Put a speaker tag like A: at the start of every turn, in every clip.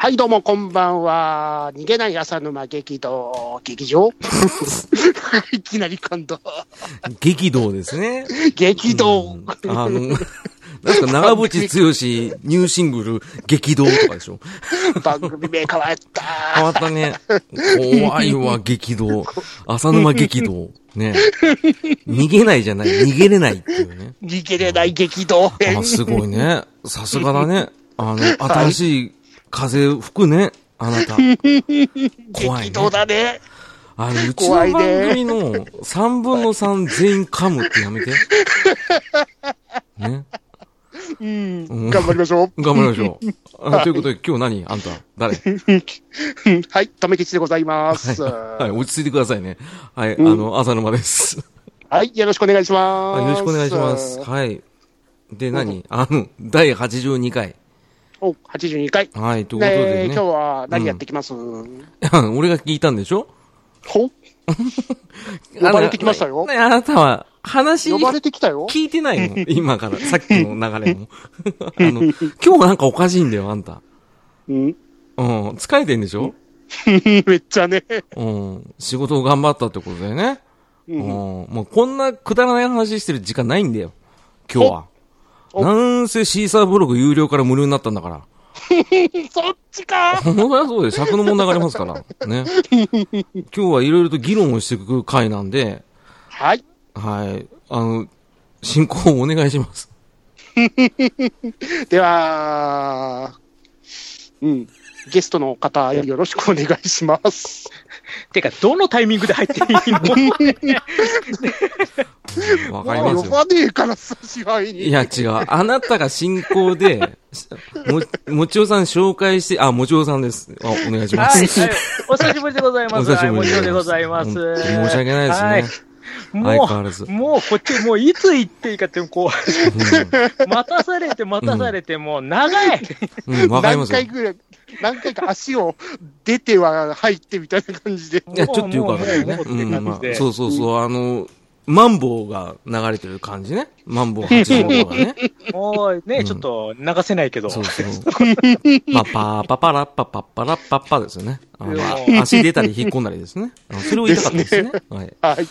A: はい、どうも、こんばんは。逃げない朝沼激動、劇場いきなり感動。
B: 激動ですね。
A: 激動。
B: あの、なんか長渕剛ニューシングル激動とかでしょ
A: 番組名変わった。
B: 変わったね。怖いわ、激動。浅沼激動。ね。逃げないじゃない、逃げれないっていうね。
A: 逃げれない激動編
B: あ、。すごいね。さすがだね。あの、新しい風吹くね。あなた。怖い
A: 激
B: ね。
A: 動だね。
B: あの、うちの
A: 怖い
B: 番
A: ね
B: 組の3分の3全員噛むってやめて。ね。
A: うん。
B: うん
A: 頑張りましょう。
B: 頑張りま しょう。あということで、今日何あんた誰
A: うんはい、とめきちでございます。
B: は、
A: はい
B: 落ち着いてくださいね。はい、
A: ん
B: あの、朝沼です。
A: い、よろしくお願いしま
B: はい、
A: す。
B: よろしくお願いします。。はい。で、何あの、第82回。
A: お、82回。
B: はい、というこ
A: ね
B: とで
A: 今
B: ね
A: 日。は何やってきます
B: 俺が聞いたんでしょ
A: ほ呼ばれてきましたよ
B: あのねあなたは、話、
A: 呼ばれ
B: 聞
A: てきた よ。
B: い てないの今から、さっきの流れも。 あの、今日なんかおかしいんだよ、あんた。
A: うん。
B: うん、疲れてんでしょ
A: めっちゃね。
B: うん、仕事を頑張ったってことだよね。うん、もうこんなくだらない話してる時間ないんだよ。今日は。
A: お
B: なんせシーサーブログ有料から無料になったんだから。
A: そっちか
B: 本当はそうで尺の問題がありますから。ね。今日はいろいろと議論をしていく回なんで、
A: はい。
B: はい。あの、進行をお願いします。
A: では、うん。ゲストの方、よろしくお願いします。
C: てか、どのタイミングで入っていい の
B: わかり
A: も
B: ま
A: う
B: す
A: 呼ば
B: よ。
A: ねえから、差し合い
B: い
A: に。
B: や、違う。あなたが進行で、も、もちおさん紹介して、あ、もちおさんです。あ、お願いしま
C: はい、はい
B: す。
C: お久しぶりでございます。
B: お久しぶり
C: はいもちろんでございます。
B: 本当に申し訳ないですね
C: はい
B: 相
C: も
B: 変わらず
C: う、もうこっち、もういつ行っていいかって、こう、待たされて、待たされて、もう長い。
B: うん、わかり
A: 何
B: ますよ
A: 回。ぐらい、何回か足を出ては入ってみたいな感じで。
B: いや、ちょっとよくわかるよね。
C: もう
B: う
C: もうもうって
B: ん、ま
C: 感じで
B: あ、そうそうそう、あの、マンボウが流れてる感じね。マンボウ85号がね。
C: もう
B: う
C: ね、
B: ん
C: ちょっと流せないけど。
B: そう そう。パパーパパラッパパッパラッパッパですよね。あの
C: いや
B: 足出たり引っ込んだりです ね。あのそれを言いたかったです ね。はい。
A: はい。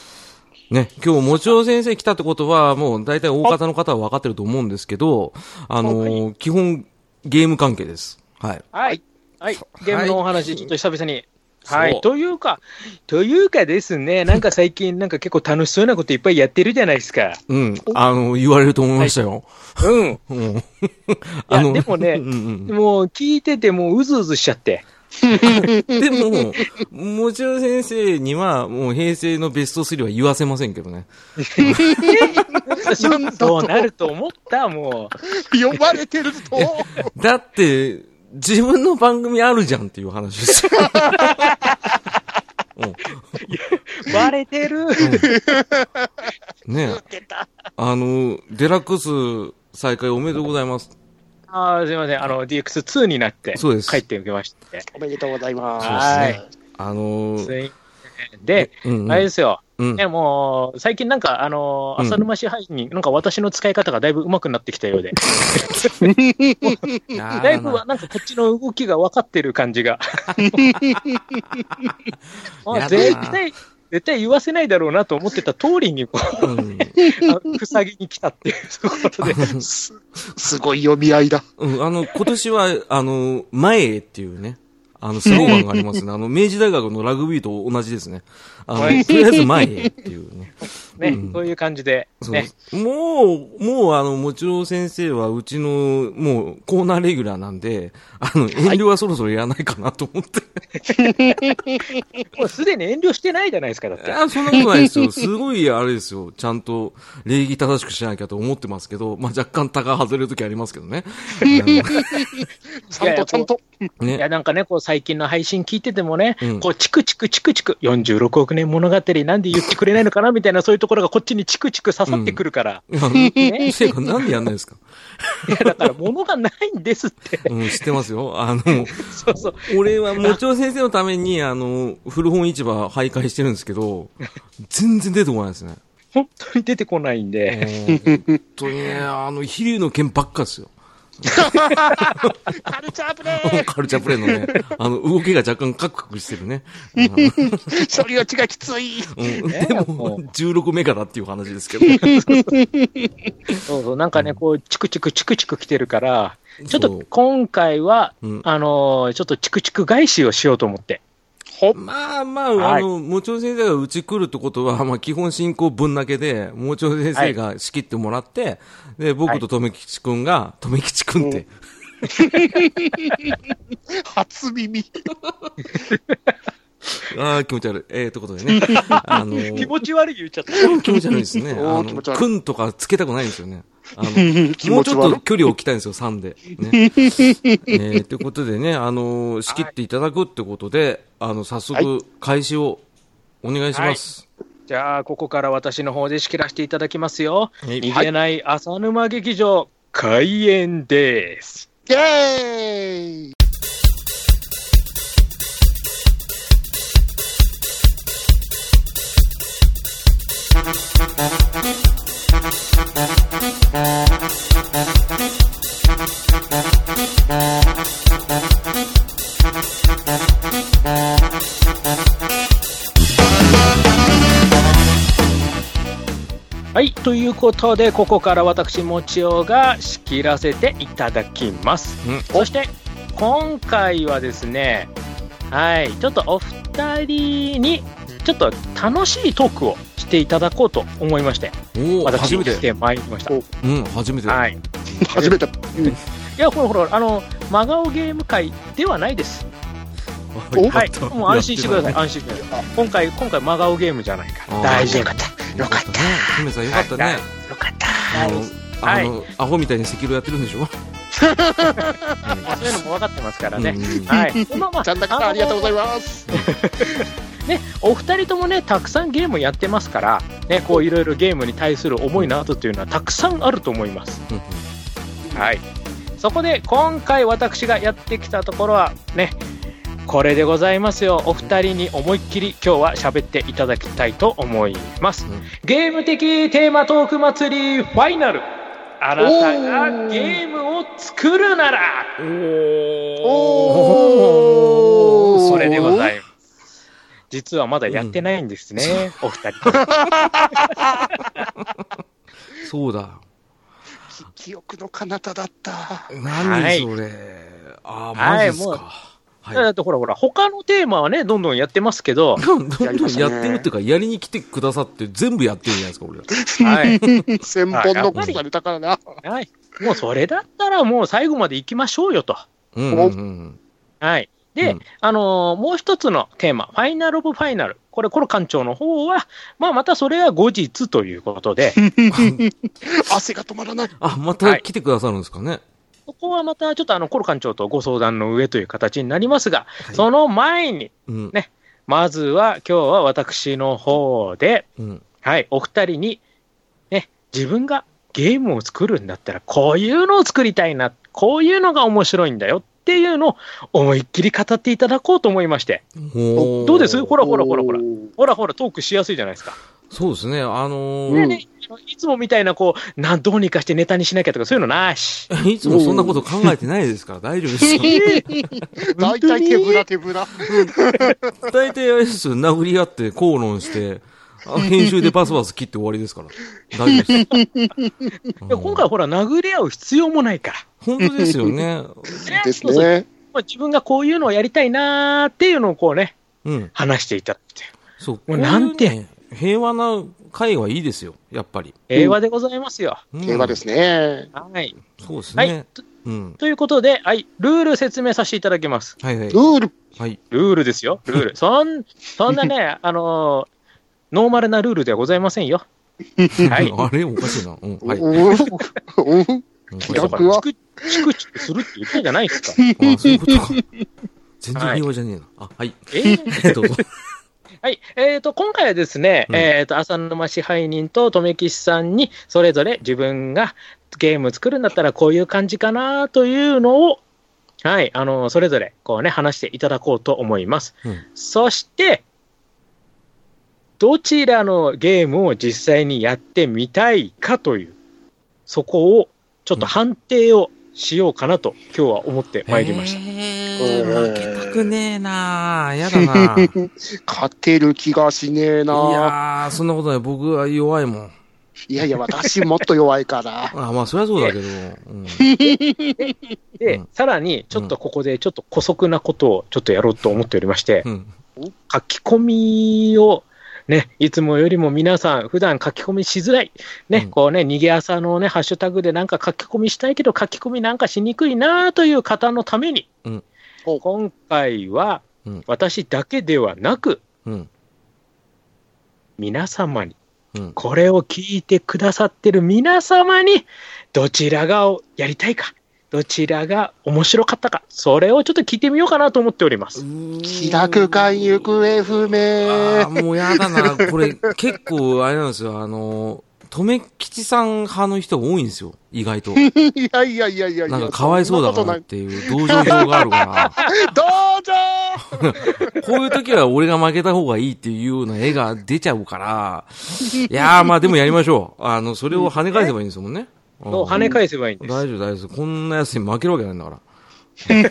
B: ね、今日、もちろん先生来たってことは、もう大体大方の方は分かってると思うんですけど、あの、基本、ゲーム関係です。はい。
C: はい。はい。ゲームのお話、ちょっと久々に。
B: そう
C: はい。というか、というかですね、なんか最近、なんか結構楽しそうなこといっぱいやってるじゃないですか。
B: うん。あの、言われると思いましたよ。
C: うん。
B: うん。
C: でもね
B: うんうん
C: もう聞いてて、もううずうずしち ゃって。
B: でも、もちろん先生には、もう平成のベスト3は言わせませんけどね。
A: なんだ
C: そ
A: と
C: うなると思った、も
A: 呼ばれてると、
B: だって、自分の番組あるじゃんっていう話ですよ。
C: う。バレて る。
B: ねえ。あの、デラックス再開おめでとうございます。
C: あーすいません。あの、DX2 になって、
B: そうです
C: 帰ってきまして。
A: おめでとうございます。
C: は
B: そう
C: い。
B: あの、
C: ついで、
B: うん、
C: あれですよ。
B: うん
C: ね、もう、最近なんか、あの、
B: うん
C: 浅沼支配人、なんか私の使い方がだいぶ上手くなってきたよう で、だ
B: だ
C: いぶはなんかこっちの動きが分かってる感 じが。
B: やだな
C: あ絶対、絶対言わせないだろうなと思ってた通 りに、こう
B: うん、
C: あの塞ぎに来たっていうところで、
A: すすごい読み合いだ。
B: うん、あの、今年は、あの、前へっていうね、あの、スローガンがありますね。あの、明治大学のラグビーと同じですね。あの、と
C: はい
B: りあえず前へっていうね。
C: ね、
B: うん
C: そういう感じで、
B: そう
C: ね。
B: もう、もうあの、もちろん先生はうちの、もうコーナーレギュラーなんで、あの、遠慮はそろそろやらないかなと思って。
C: もうすでに遠慮してないじゃないですか、だっ て。
B: あそんなことないですよ。すごい、あれですよ。ちゃんと礼儀正しくしなきゃと思ってますけど、まあ、若干高外れるときありますけどね。
A: ちゃんとちゃんと。
C: い
B: ね。
C: や、なんかね、こう、最近の配信聞いててもね、
B: うん
C: こう、チクチクチクチク、46億年物語なんで言ってくれないのかな、みたいな、そういうところがこっちにチクチク刺さってくるから。
B: いや ね先生がなんでやんないんですか
C: いや、だから、物がないんですって。
B: うん、知ってますよ。あの、
C: そうそう。
B: 俺はもちろん先生のために、あの、古本市場徘徊してるんですけど、全然出てこないですね。
C: 本当に出てこないんで。
B: 本当にね、あの、飛竜の剣ばっかですよ。
A: カルチャープレイ
B: カルチャープレイのね、あの、動きが若干カクカクしてるね。
A: 処理落ちがきつい。
B: うん、
C: ね
B: で
C: も
B: も
C: う、
B: 16メガだっていう話です けど。
C: そうそう、なんかね、こう、チクチクチクチク来てるから、ちょ
B: そ
C: っと
B: う
C: 今回は、
B: うん
C: あのーちょっとチクチク返しをしようと思って。
A: ほっ
B: まあまあ、
C: は
B: あ
C: い
B: の、もちろん先生がうち来るってことは、まあ基本進行ぶん投げで、もちろん先生が仕切ってもらって、で、僕ととめきちくんが、とめきちくんって、
A: 初耳。
B: ああ、気持ち悪い。ええということで ね。あの、
C: 気持ち悪い言っちゃった。
B: 気持ち悪いですね。あ
A: おー
B: の
A: 気持ち悪い
B: くんとかつけたくないんですよね。あの、
A: 気
B: もう
A: 持
B: ち
A: ち
B: ょっと
A: 悪
B: 距離を置きたいんですよ、3で。ね。えーということでね、あのー仕切っていただくってことで、あの、早
A: は
B: 速、開始をお願いします。
C: じゃあ、ここから私の方で仕切らせていただきますよ。
B: はい
C: 逃げない浅沼劇場、開演です。
A: い。イェーイ
C: はい、ということで、ここから私、もちおが仕切らせていただきます。
B: うん
C: そして、今回はですね、はい、ちょっとお二人に、ちょっと楽しいトークをしていただこうと思いまして、
B: おお、
C: 私
B: 初
C: も
B: め
C: 来
B: て。
C: てまいりました。
B: うん、初めて。
C: はい。い
A: 初めて。
C: や、ほらほら、あの、真顔ゲーム会ではないです。
A: お
B: よか
C: は
B: っ
C: い
B: た。
C: もう安心してください、
B: やっ
C: 安心してください。今回、今回、真顔ゲームじゃないから。
B: あー
C: 大丈
A: よ
C: 夫
A: か。った。
B: て
A: よ
B: ま
A: か
B: し
A: った
B: ね。姫さん、よかったね。
C: はいよかった。
B: あの、あ
C: い
B: のアホみたいに赤色やってるんでしょは
C: そういうのも分かってますか
B: い
C: らね。
B: うん
C: はい。 まあまあ
A: た。ちゃんだかさんありがとうござい
C: ま
A: ます。
C: す。ね、お二人ともね、たくさんゲームやってますから、ね、こういろいろゲームに対する思いなどというのはたくさんあると思います。
B: うん
C: はい。そこで、今回私がやってきたところは、ね、これでございますよ。お二人に思いっきり今日は喋っていただきたいと思います
B: うん。
C: ゲーム的テーマトーク祭りファイナル。あなたがゲームを作るなら
A: おー
C: それでございます。実はまだやってないんですね、お二人とも。
B: そうだ。
A: き記憶の彼方だった。
B: 何それ。あー、マジです
C: はい
B: か
C: も。だ
B: は
C: っ
B: い。
C: てほらほら、他のテーマはね、どんどんやってますけど、
B: どんど
A: やりま
B: ん
A: したね
B: やってるっていうか、やりに来てくださって全部やってるじゃないですか、俺ら。
C: はい。
A: 千本ノックされたからな。
C: はい。もうそれだったらもう最後まで行きましょうよと。
B: うんうんうん。
C: はい。で、
B: うん
C: あのーもう一つのテーマ、ファイナルオブファイナル。これ、コロ館長の方は、まあ、またそれは後日というこ とで、
A: 汗が止まらない。
B: あ、また来てくださるんですかね。
C: そこはまたちょっとあの、コロ館長とご相談の上という形になりますが、
B: はい
C: その前に、
B: うん。
C: ねまずは今日は私の方で、
B: うん。
C: はい、お二人に、ね、自分がゲームを作るんだったら、こういうのを作りたいな、こういうのが面白いんだよっていうのを思いっきり語っていただこうと思いまして。
B: ほ
C: どうですほ
A: ほ
C: らほらほらほら。ほらほら、トークしやすいじゃないですか。
B: そうですね。あの
A: う
C: で
A: ん
B: ー、
C: ね、あのいつもみたいな、こう、なん、どうにかしてネタにしなきゃとか、そういうのなし。
B: いつもそんなこと考えてないですから、大丈夫ですよ。
A: 大体手ぶら手ぶら。
B: 大体あれですよ、殴り合って、口論して、あ編集でバスバス切って終わりですから。大丈夫 です。
C: いや今回はほら、殴り合う必要もないから。
B: 本当ですよね。
C: ね
A: です
C: そうそう
A: ね。
C: まあ自分がこういうのをやりたいなーっていうのをこうね、
B: うん。
C: 話していただいて。
B: そう。
C: うなんて
B: こういうね平和な会はいいですよ、やっぱり。
C: 平和でございますよ。
B: うん
A: 平和ですね。
C: はい。
B: そうです
C: はい
B: ね。。うん。
C: ということで、はい、ルール説明させていただきます。
B: はいはい
A: ル。ール。
B: はい。
C: ルールですよ、ルール。そん、そんなね、 あのーノーマルなルールではございませんよ。はい。
B: あれおかしいな。うん。はい。
A: うんうん
B: うん
A: 気が楽は
C: チクチクチクするって言ったじゃないですか。
B: あ、そういうことか。全然平和じゃねえな。あ、はい。
C: えー
B: どうぞ。
C: はい。えっ、と、今回はですね、
B: うん
C: えっ、と、浅沼支配人と留吉さんに、それぞれ自分がゲーム作るんだったらこういう感じかなというのを、はい、あの、それぞれ、こうね、話していただこうと思います。
B: うん
C: そして、どちらのゲームを実際にやってみたいかという、そこを、ちょっと判定をしようかなと、今日は思ってまいりました。
B: えー、負けたくねえ なあやだなあい
A: 勝てる気がしねえな
B: やー、そんなことない。僕は弱いもん。
A: いやいや、私もっと弱いから。
B: あまあ、そりゃそうだけど。うん、
C: で、
B: うん
C: さらに、ちょっとここで、ちょっと古速なことをちょっとやろうと思っておりまして、
B: うん。
C: 書き込みを、ね、いつもよりも皆さん、普段書き込みしづらい、ね、
B: うん
C: こうね、逃げ朝のね、ハッシュタグでなんか書き込みしたいけど、書き込みなんかしにくいなという方のために、
B: うん
C: 今回は
B: うん、
C: 私だけではなく、
B: うん。
C: 皆様に、
B: うん
C: これを聞いてくださってる皆様に、どちらがやりたいか、どちらが面白かったか、それをちょっと聞いてみようかなと思っております。
A: 気楽館行方不明。
B: あーもうやだな。これ、結構、あれなんですよ。あの、とめきちさん派の人が多いんですよ。意外と。
A: いやいやいやいやいや。
B: なんかかわいそうだ
A: そん
B: か
A: な
B: なっ
A: こ
B: ていう同情票があるか
A: とないどうぞ
B: ら、こういう時は俺が負けた方がいいっていうような絵が出ちゃうから、いやーまあでもやりましょう。あの、それを跳ね返せばいいんですもんね。うん
C: の跳ね返せばいいんです。
B: 大丈夫大丈夫。こんなやつに負けるわけないんだから。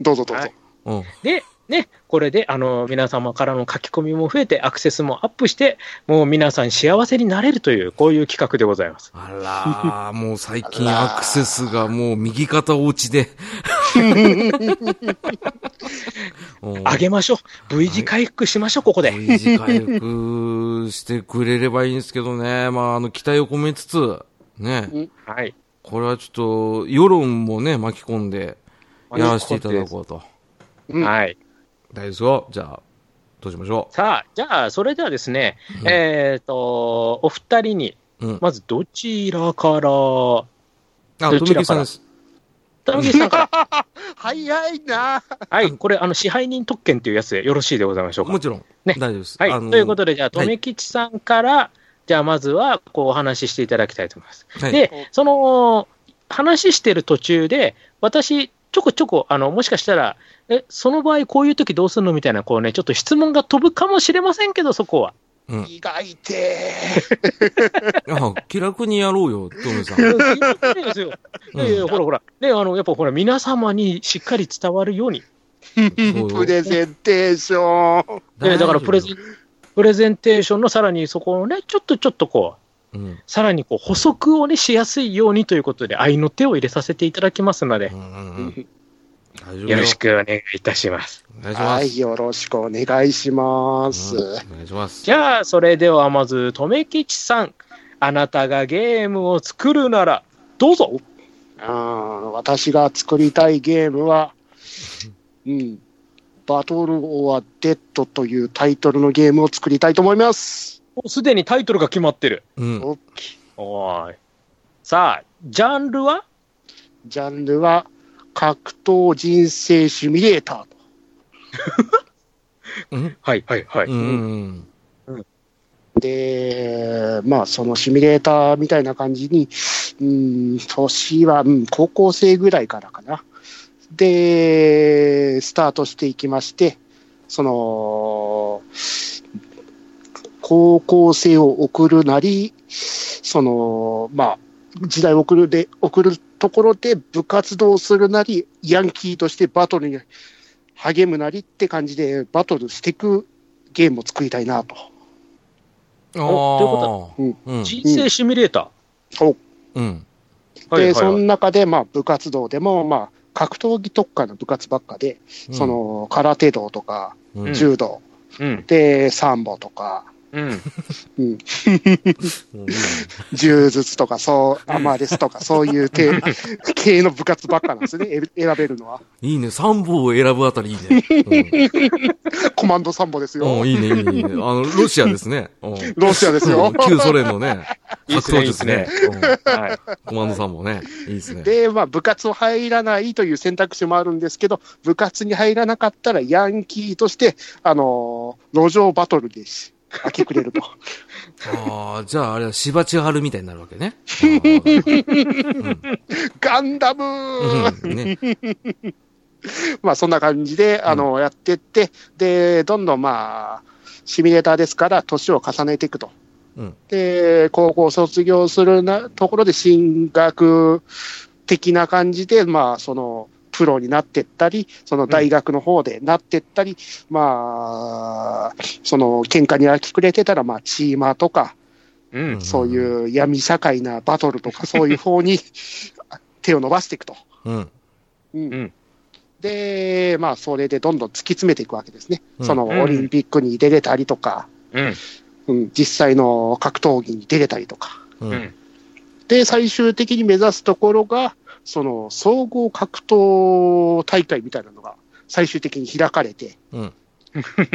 A: どうぞどう
C: は
A: ぞ
C: い。
B: うん。うん。
C: で、ね、これで、あの、皆様からの書き込みも増えて、アクセスもアップして、もう皆さん幸せになれるという、こういう企画でございます。
B: あらー、もう最近
A: あらー
B: アクセスがもう右肩落ちで。うん
C: あげましょう。V 字回復しましょう、ここで。
B: V 字回復してくれればいいんですけどね。まあ、あの、期待を込めつつ、ね、
C: はい。
B: これはちょっと、世論もね、巻き込んで、やらせていただこうと。
A: うん
C: はい。
B: 大丈夫ですよ。じゃあ、どうしましょ
C: さあ、じゃあ、それではですね、
B: うん
C: えっ、と、お二人に、
B: う。うん。
C: まずどちら
B: あ、
C: から、ど
B: とめ
C: ちらから
B: きさんです。
C: 田之さんから、
A: 早いな。
C: はい、これ、あの、支配人特権というやつでよろしいでございましょうか
B: も。ちろん。
C: ね
B: 大丈夫です。
C: はい、
B: あの
C: ということで、じゃあ、
B: はい
C: 留吉さんから、じゃあ、まずは、こう、お話ししていただきたいと思います。
B: はい
A: お
C: で、その、話してる途中で、私、ちょこちょこ、あの、もしかしたら、え、その場合、こういう時どうするのみたいな、こうね、ちょっと質問が飛ぶかもしれませんけど、そこは。
B: うん。
A: 意外て。
B: あ、気楽にやろうよ、とめさん。
C: いやいやですよいやいや
B: うん
C: ほらほら。ね、あの、やっぱほら、皆様にしっかり伝わるように。
B: そう
A: プレゼンテーション。
C: ね、だから、プレゼン、プレゼンテーションのさらにそこをね、ちょっとちょっとこう、
B: うんうん
C: さらにこう補足をね、しやすいようにということで、愛の手を入れさせていただきますので
B: う、んうん。大丈夫
C: よろし
B: く。
C: くお願いいたします。
B: お願いしま。
A: はい、よろしくお願いしますす。
B: うんお願いします。
C: じゃあ、それではまず、とめきちさん、あなたがゲームを作るなら、どうぞ。
A: うん私が作りたいゲームは、うん、バトル・オア・デッドというタイトルのゲームを作りたいと思います。
C: もうすでにタイトルが決まってる。
B: うん。
A: お
C: おーい。さあ、ジャンルは
A: ジャンルは、格闘人生シミュレーターと。
B: うん。
C: はい、はい、は
B: うんうん。
A: で、まあ、そのシミュレーターみたいな感じに、うん、年は、うん、高校生ぐらいからかな。で、スタートしていきまして、その、高校生を送るなり、その、まあ、時代を送るで、送るところで部活動をするなり、ヤンキーとしてバトルに励むなりって感じで、バトルしていくゲームを作りたいなと。
B: あ
C: お
B: あ。
A: という
B: うん。うん。
C: 人生シミュレータ
A: そう
B: うん。
C: ー。
A: で、そ
C: は
A: の
C: い。
A: 中で、まあ、部活動でも、まあ、格闘技特化の部活ばっかで、その、空手道とか、
B: うん、
C: うん
A: 柔道、
C: うん、
A: で、サンボとか、
C: うん。
B: うん
A: 柔術とか、そう、アマレスとか、そういう系系の部活ばっかなんですね、え選べるのは。
B: いいね。三本を選ぶあたりいいね。
A: コマンドサンボです
B: うんうん、
A: よ。
B: いいね、いいね、いいね。あの、ロシアですね。うん
A: ロシアですよ。
B: 旧ソ連のね、
C: いいっす
B: 格
C: ね
B: 闘術ね。
C: はい。
B: うんコマンドさんもね、いいですね。
A: で、まあ、部活を入らないという選択肢もあるんですけど、部活に入らなかったら、ヤンキーとして、あのー路上バトルです。明け暮れると。
B: ああ、じゃああれは芝千春みたいになるわけね。
A: ガンダム
B: う
A: ー
B: んうんね
A: まあそんな感じで、あの、やってって、で、どんどんまあ、シミュレーターですから、年を重ねていくと。
B: うん
A: で、高校卒業するなところで進学的な感じで、まあ、その、プロになってったり、その大学の方でなってったり、まあ、その、喧嘩に明け暮れてたら、まあ、チーマーとか、
C: うん。
A: そういう闇社会なバトルとか、そういう方 に手を伸ばしていくと。
B: うん。
A: うん
C: うん
A: で、まあ、それでどんどん突き詰めていくわけですね。
B: うん
A: その、
C: うん
A: オリンピックに出れたりとか、
C: うん。
A: うん、実際の格闘技に出れたりとか。
B: うん。
C: う
B: うん
C: ん。
A: で、最終的に目指すところが、その、総合格闘大会みたいなのが、最終的に開かれて、
B: うん。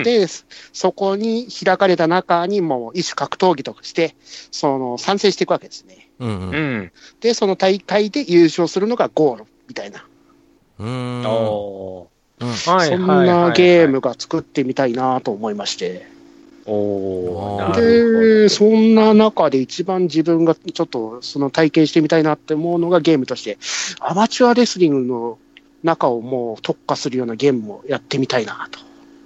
A: で、そこに開かれた中に、もう一種格闘技として、その、参戦していくわけですね。
B: うん。うん。
C: うん。
A: で、その大会で優勝するのがゴールみたいな、
B: うん。
C: お
B: うん
C: ー。はい
A: そん
C: はいはいは
A: ないゲームが作ってみたいなと思いまして。
C: おー。なる
A: で、そんな中で一番自分がちょっとその体験してみたいなって思うのがゲームとして、アマチュアレスリングの中をもう特化するようなゲームをやってみたいなと。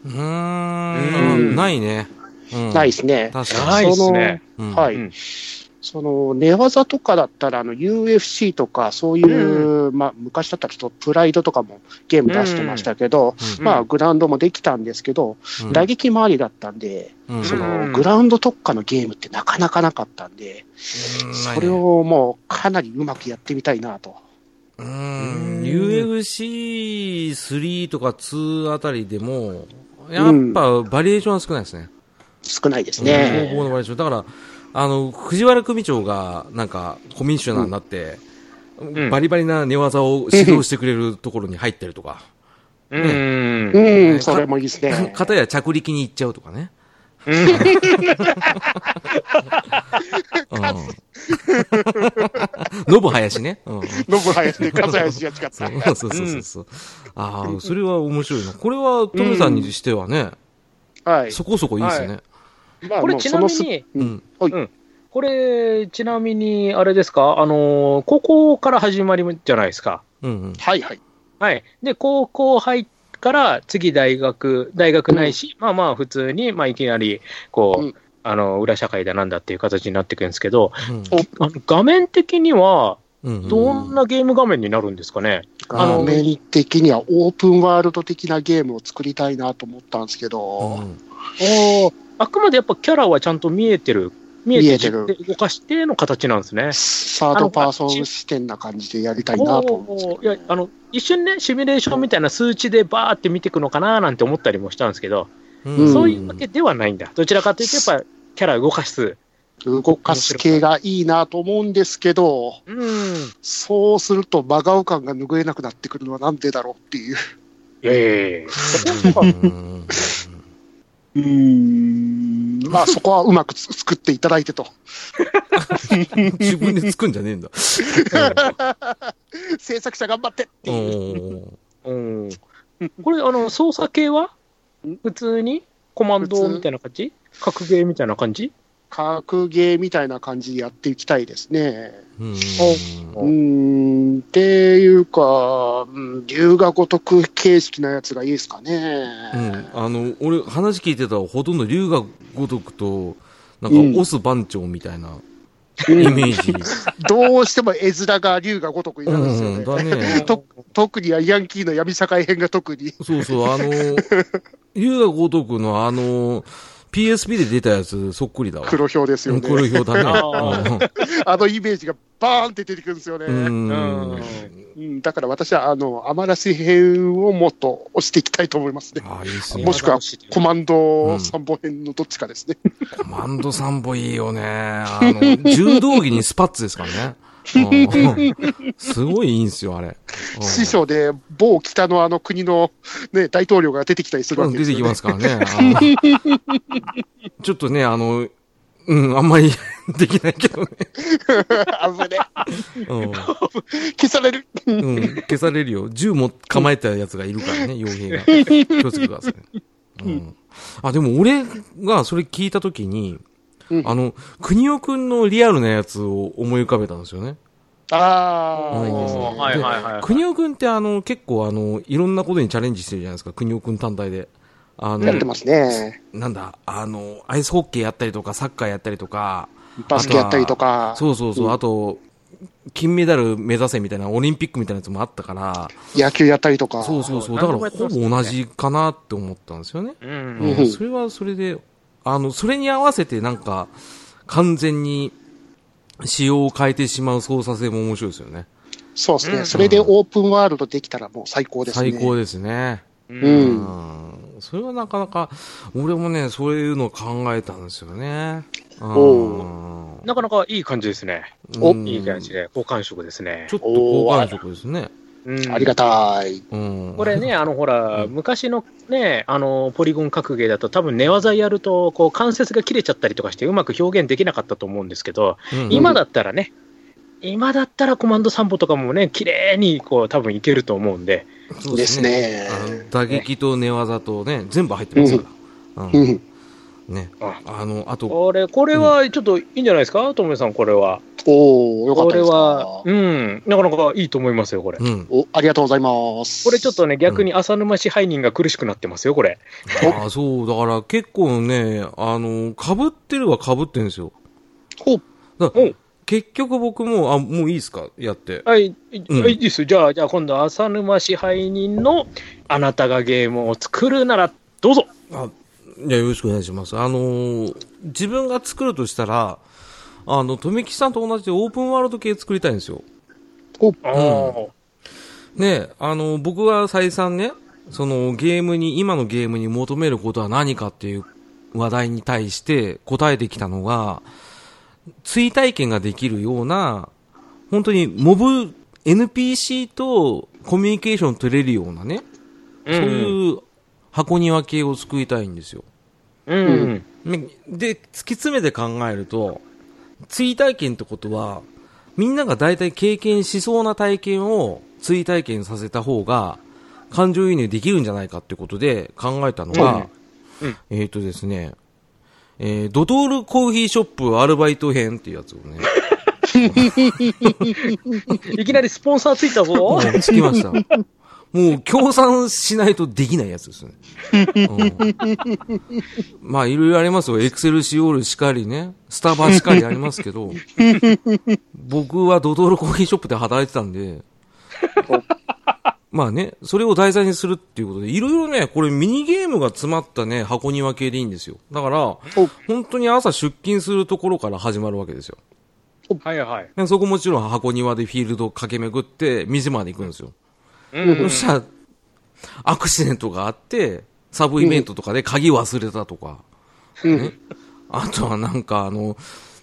B: う
C: う
B: ーん。
A: ん
B: ないね。うん
A: ないですね。
B: 確
C: ほど。
B: か
C: ない
B: に。
C: っすね。
B: うん
A: はい。
C: うん
A: その寝技とかだったら、あの UFC とか、そういう、まあ、昔だったらちょっとプライドとかもゲーム出してましたけど、
B: うん
A: まあ、グラウンドもできたんですけど、
B: うん
A: 打撃回りだったんで、
B: うん
A: そ
C: うん
A: のグラウンド特化のゲームってなかなかなかったんで、
B: うん
A: それをもうかなりうまくやってみたいなと。
B: うーん UFC3 とか2あたりでも、やっぱバリエーションは少ないですね。
A: 少ないです
B: うん
A: ね。
B: 方法のバリエーション。だから、あの、藤原組長が、なんか、コミッショナーになって、
C: ん
B: バリバリな寝技を指導してくれるところに入ってるとか、
C: うん。
A: う
C: うん
A: ん、それもいいですね。
B: 片や着陸に行っちゃうとかね。 うんノブ林ね。うん
A: ノブハヤシで、カズハヤシが使った。
B: そうそうそうそう。ああ、それは面白いな。これは、トムさんにしてはね、
A: はい。
B: そこそこいいですね。
A: まあ
C: これ
A: もう
C: ち
A: そ
C: なみ
A: のす
C: に、
A: う
B: うんん。
C: これ、ちなみに、あれですか、あのー高校から始まりじゃないですか。
B: うんうん。
A: はいはい。
C: はい。で、高校入から、次大学、大学ないし、まあまあ、普通に、まあ、いきなり、こう、
A: うん
C: あの、裏社会だなんだっていう形になっていくんですけど、
B: うん
C: あの画面的には、
B: うん
C: どんなゲーム画面になるんですかね。あの
A: 画面的にはオープンワールド的なゲームを作りたいなと思ったんですけ
B: う
A: ど、
B: ん
C: おあくまでやっぱキャラはちゃんと見えてる。見えて
A: 見えてる
C: 動かしての形なんですね。
A: サードパーソン視点な感じでやりたいなと思うんです
C: おーいやあの一瞬ね、シミュレーションみたいな数値でバーって見ていくのかななんて思ったりもしたんですけど、
A: うん
C: そういうわけではないんだ、どちらかというと、やっぱキャラ動かす、
A: けど、動かす系がいいなと思うんですけど、
C: うん、
A: そうすると真顔感が拭えなくなってくるのはなんでだろうっていう。
C: いやいやいや
B: うん
A: うーん、まあそこはうまくつ作っていただいてと。
B: 自分でつくんじゃねえんだ。
A: 制作者頑張ってって
B: う
A: いう。
B: ん
C: うん、これあの、操作系は普通にコマンドみたいな感じ、格ゲーみたいな感じ、
A: 格ゲーみたいな感じでやっていきたいですね。
B: うん
A: うーん、っていうか、うん龍が如く形式のやつがいいですかね。
B: うんあの、俺、話聞いてたらほとんど龍が如くと、なんか、オス番長みたいなイメージ。
A: どうしても絵面が龍が如くに
B: う
A: なるんです
B: ん、
A: よね。
B: だね。
A: と特にヤンキーの闇社会編が特に。
B: そうそう、あの、龍が如くのあの、PSP で出たやつ、そっくりだわ。
A: 黒表ですよ
B: 黒
A: ね。
B: い表だ
C: あ
B: ね。
A: あのイメージがバーンって出てくるんですよね。
B: う
A: うん
B: ん。
C: うん
B: うん
A: だから私は、あの、アマラシ編をもっと押していきたいと思いますね。
B: ああ、いいっすね
A: も。しくは、コマン
B: う
A: ド
B: ん
A: 三本編のどっちかですね。
B: コマンドサンボいいよね。あの、柔道着にスパッツですからね。うんすごいいいんすよ、あれ。うん
A: 師匠で某北のあの国の、ね、大統領が出てきたりするわけで
B: 出
A: す
B: て
A: よ、ね。
B: きますからね。あのちょっとね、あの、うん、あんまり できないけどね。
A: 危ね
B: うん
A: 消される。
B: うん、消されるよ。銃も構えたやつがいるからね、傭兵が。気をつけてください。うん。あ、でも俺がそれ聞いたときに、
A: うん
B: あの、国尾くんのリアルなやつを思い浮かべたんですよね。
A: あ
B: う
A: あ、
B: ん
A: いいですね。
C: はいはいはいは
B: で
C: い
B: 国尾くんってあの、結構あの、いろんなことにチャレンジしてるじゃないですか、国尾くん単体で。あ
A: やって
B: の、
A: ますね。
B: なんだ、あの、アイスホッケーやったりとか、サッカーやったりとか、
A: バスケやったりとか。
B: そうそうそう、あと、金メダル目指せみたいな、オリンピックみたいなやつもあったから、
A: 野球やったりとか。
B: そうそうそう、
C: あ
B: だ
C: ー
B: から
C: 何でもやって
B: ほぼ同
C: ますね
B: じかなって思ったんですよね。
C: う
B: うん
C: ん。
A: うん
B: それはそれで、あの、それに合わせてなんか、完全に、仕様を変えてしまう操作性も面白いですよね。
A: そうですね、
C: うん
A: それでオープンワールドできたらもう最高ですね。
B: 最高ですね。
A: う
B: うんん。それはなかなか、俺もね、そういうのを考えたんですよね。うん
A: お
C: なかなかいい感じですね。
A: お
B: うん
C: いい感じで、好感触ですね
B: ちょ。っと好感触ですね。
C: うん
A: ありがたい。
B: うん。
C: これね、あの、ほら、
B: うん
C: 昔のね、あの、ポリゴン格ゲーだと多分寝技やると、こう、関節が切れちゃったりとかして、うまく表現できなかったと思うんですけど、
B: うん、
C: 今だったらね、今だったらコマンド散歩とかもね、綺麗に、こう、多分いけると思うんで、
B: そう
A: です。ね
B: あ。の打撃と寝技とね、全部入ってますから。う。
A: うんん。
B: ね。
C: あ
B: あの、あと、
C: これ、これはちょっといいんじゃないですか、ともえさん、これは。
A: おー、よかっ
C: こ
A: た
C: れ
A: です
C: は
A: か、。
C: うん、なかなかいいと思いますよ、これ。
B: うん。
A: お、ありがとうございます。
C: これちょっとね、逆に浅沼支配人が苦しくなってますよ、これ。
B: ああ、そう、だから結構ね、あの、被ってるは被ってるんですよ。
A: ほう
B: だから
C: おう
B: 結局僕も、あ、もういいですかやって。
C: はい、い
B: うん
C: はいいいですよ。じゃあ、じゃあ今度、浅沼支配人のあなたがゲームを作るなら、どうぞ。
B: あ、いや、よろしくお願いします。あのー自分が作るとしたら、あの、富木さんと同じでオープンワールド系作りたいんですよ。
C: あー
B: ねえあの、僕は再三ね、そのゲームに、今のゲームに求めることは何かっていう話題に対して答えてきたのが、追体験ができるような、本当にモブ、NPC とコミュニケーション取れるようなね、
C: うん
B: そういう箱庭系を作りたいんですよ。
C: うん
A: う
C: うん。
B: ねで、突き詰めて考えると、追体験ってことは、みんなが大体経験しそうな体験を追体験させた方が、感情移入できるんじゃないかってことで考えたのが、
C: うんうん
B: えっ、とですね、えードトールコーヒーショップアルバイト編っていうやつをね、
C: いきなりスポンサーついた
B: も
C: ぞ
B: う。つきました。もう協賛しないとできないやつですね。うんまあいろいろありますよ。エクセルシオールしかりね、スタバしかりありますけど、僕はドトールコーヒーショップで働いてたんで、まあね、それを題材にするっていうことで、いろいろね、これミニゲームが詰まったね、箱庭系でいいんですよ。だから、本当に朝出勤するところから始まるわけですよ。
C: はいはい。
B: でそこもちろん箱庭でフィールドを駆け巡って、店まで行くんですよ。
C: うんうん
B: そしたら、アクシデントがあって、サブイベントとかで鍵忘れたとか、ねあとはなんかあの、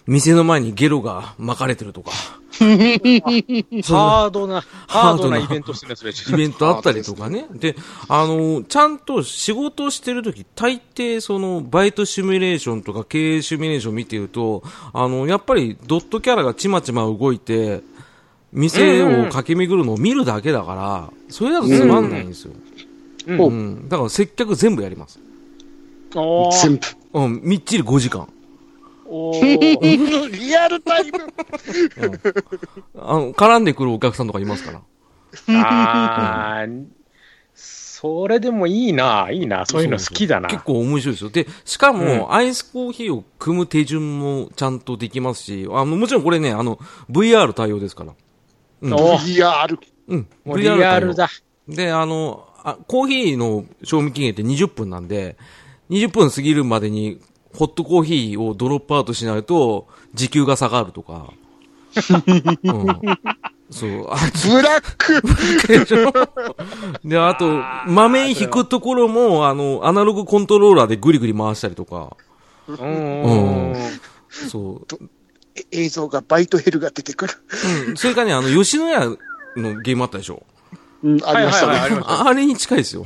B: 店の前にゲロが巻かれてると か、そう
C: ハードな、ハードなイベントしてるやつで
B: イベントあったりとか ね。で、あの、ちゃんと仕事をしてるとき、大抵その、バイトシミュレーションとか経営シミュレーション見てると、あの、やっぱりドットキャラがちまちま動いて、店を駆け巡るのを見るだけだから、それだとつまんないんですよ。
C: うん
B: うん。だから接客全部やります。
C: おー
A: 全
B: うん、みっちり5時間。
C: おー
A: 部。リアルタイム
B: あの、絡んでくるお客さんとかいますから。
C: あーそれでもいいな、いいな、そういうの好きだな。
B: 結構面白いですよ。で、しか
C: う
B: も、アイスコーヒーを組む手順もちゃんとできますし、あの、もちろんこれね、あの、VR 対応ですから。うん
C: おー
A: VR。
B: うん、
C: もうリア
B: 対
C: ル
B: 応。
C: だ。
B: で、あのあ、コーヒーの賞味期限って20分なんで、20分過ぎるまでに、ホットコーヒーをドロップアウトしないと、時給が下がると か。うん、そう。あ
A: ブラック
B: でしょで、あと、豆引くところも、あの、アナログコントローラーでぐりぐり回したりとか、
C: うんうんうん
B: そう。
A: え映像がバイトヘルが出てくる。
B: うん、それからね、あの、吉野家のゲームあったでしょ
A: うん、ありました
C: はいはいはいあり
A: ね。
C: ま
B: ああれに近いですよ。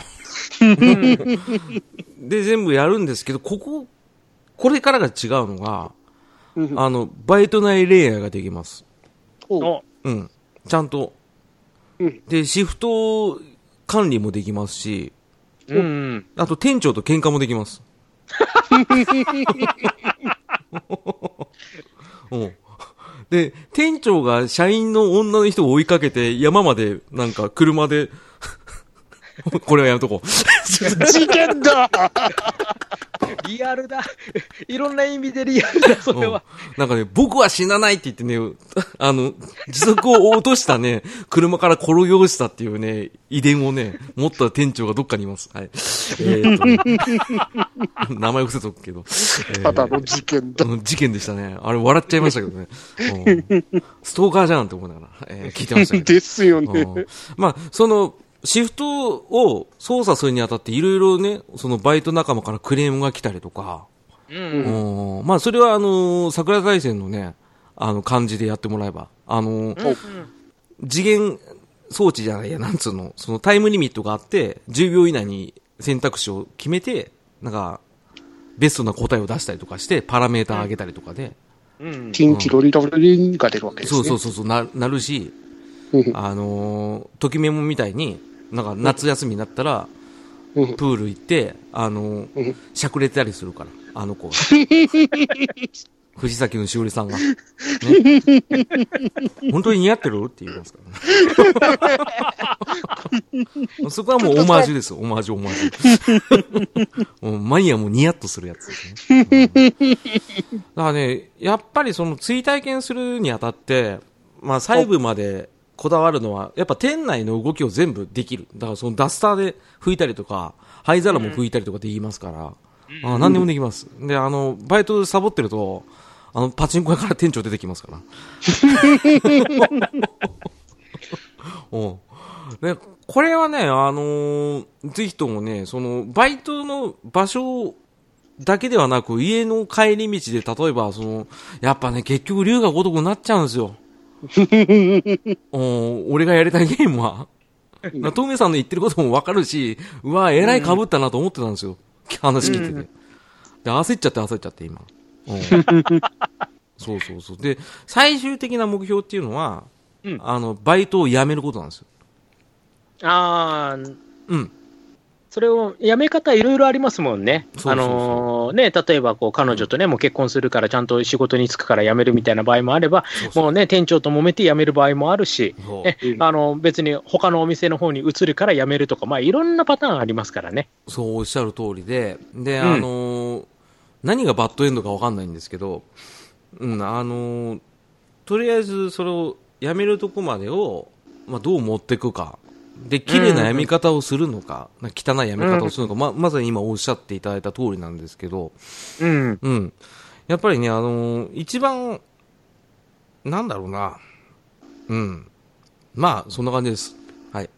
B: で、全部やるんですけど、ここ、これからが違うのが、
A: うん
B: あの、バイト内恋愛ができます。
A: おう
C: お
B: うん。ちゃんと。
A: うん
B: で、シフト管理もできますし、
C: うん。
B: あと店長と喧嘩もでき ます。うんで、店長が社員の女 の人を追いかけて山までなんか車で、これはやめとこう。
A: 事件だ
C: リアルだ。 いろんな意味でリアルだ、それは。
B: うんなんかね、僕は死なないって言ってね、あの、時速を落としたね、車から転げ落ちたっていうね、遺伝をね、持った店長がどっかにいます。はい。えーっとね、 名前伏せとくけど。えー
A: ただの事件だ。
B: うん事件でしたね。あれ笑っちゃいましたけどね。うんストーカーじゃんって思いながら、えー聞いてましたけど。
A: ですよね。
B: うんまあ、その、シフトを操作するにあたって、いろいろね、そのバイト仲間からクレームが来たりとか、
C: うん。
B: うんまあ、それは、あのー桜大戦のね、あの、感じでやってもらえば、あのー次元装置じゃないや、なんつうの、そのタイムリミットがあって、10秒以内に選択肢を決めて、なんか、ベストな答えを出したりとかして、パラメーター上げたりとかで、
C: うん。
A: ティンキロリロリンが出るわけですね。
B: そう そうそうそう、な、なるし、
A: うん
B: あのー、ときメモみたいに、なんか夏休みになったら、
A: う
B: プ
A: ん
B: ール行って、あのー
A: うん
B: しゃくれてたりするから、あの 子が。藤崎のしおりさん が。ね、本当に似合ってるって言いますから、ね、 そこはもうオマージュですよ。オマージュ、オマー ジュ。もうマニアもニヤッとするやつですね。うんだからね、やっぱりその追体験するにあたって、まあ細部までこだわるのは、やっぱ店内の動きを全部できる。だからそのダスターで拭いたりとか、灰皿も拭いたりとかって言いますから、あ何でもできます。で、あの、バイトサボってると、あの、パチンコ屋から店長出てきますから。うん。で、これはね、あのーぜひともね、その、バイトの場所だけではなく、家の帰り道で、例えば、その、やっぱね、結局、龍が如くになっちゃうんですよ。うん俺がやりたいゲームは。なトメさんの言ってることもわかるし、うわ、えらい被ったなと思ってたんですよ。話聞いてて。で、焦っちゃって焦っちゃって、 今。うんそうそうそう。で、最終的な目標っていうのは、
C: うん
B: あの、バイトを辞めることなんですよ。
C: ああ、
B: うん。
C: それを、やめ方いろいろありますもんね。
B: そうそうそう
C: あのーね、例えばこう、彼女とね、もう結婚するから、ちゃんと仕事に就くから辞めるみたいな場合もあれば、
B: そうそう
C: もうね、店長と揉めて辞める場合もあるし、
B: そう
C: ね
A: うん
C: あの別に他のお店の方に移るから辞めるとか、まあ、いろんなパターンありますからね。
B: そうおっしゃる通りで、で、
C: ん
B: あのー何がバッドエンドかわかんないんですけど、うん、あのーとりあえずそれをやめるとこまでを、まあ、どう持っていくか。で、綺麗なやめ方をするのか、な汚いやめ方をするのか、ま、まさに今おっしゃっていただいた通りなんですけど、
C: うん。
B: うん。やっぱりね、あのー一番、なんだろうな。うん。まあ、そんな感じです。はい。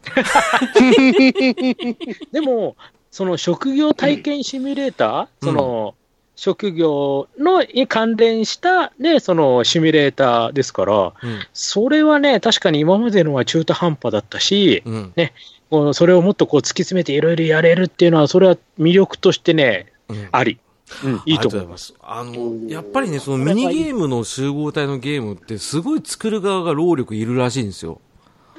C: でも、その職業体験シミュレーター、
B: うん
C: その職業のに関連した、ね、そのシミュレーターですから、
B: うん。
C: それはね、確かに今までのは中途半端だったし、
B: うん。
C: こうそれをもっとこう突き詰めていろいろやれるっていうのは、それは魅力としてね、
B: うん
C: あり。うん、いいと思います。
B: す。あの、やっぱりね、そのミニゲームの集合体のゲームって、すごい作る側が労力いるらしいんですよ。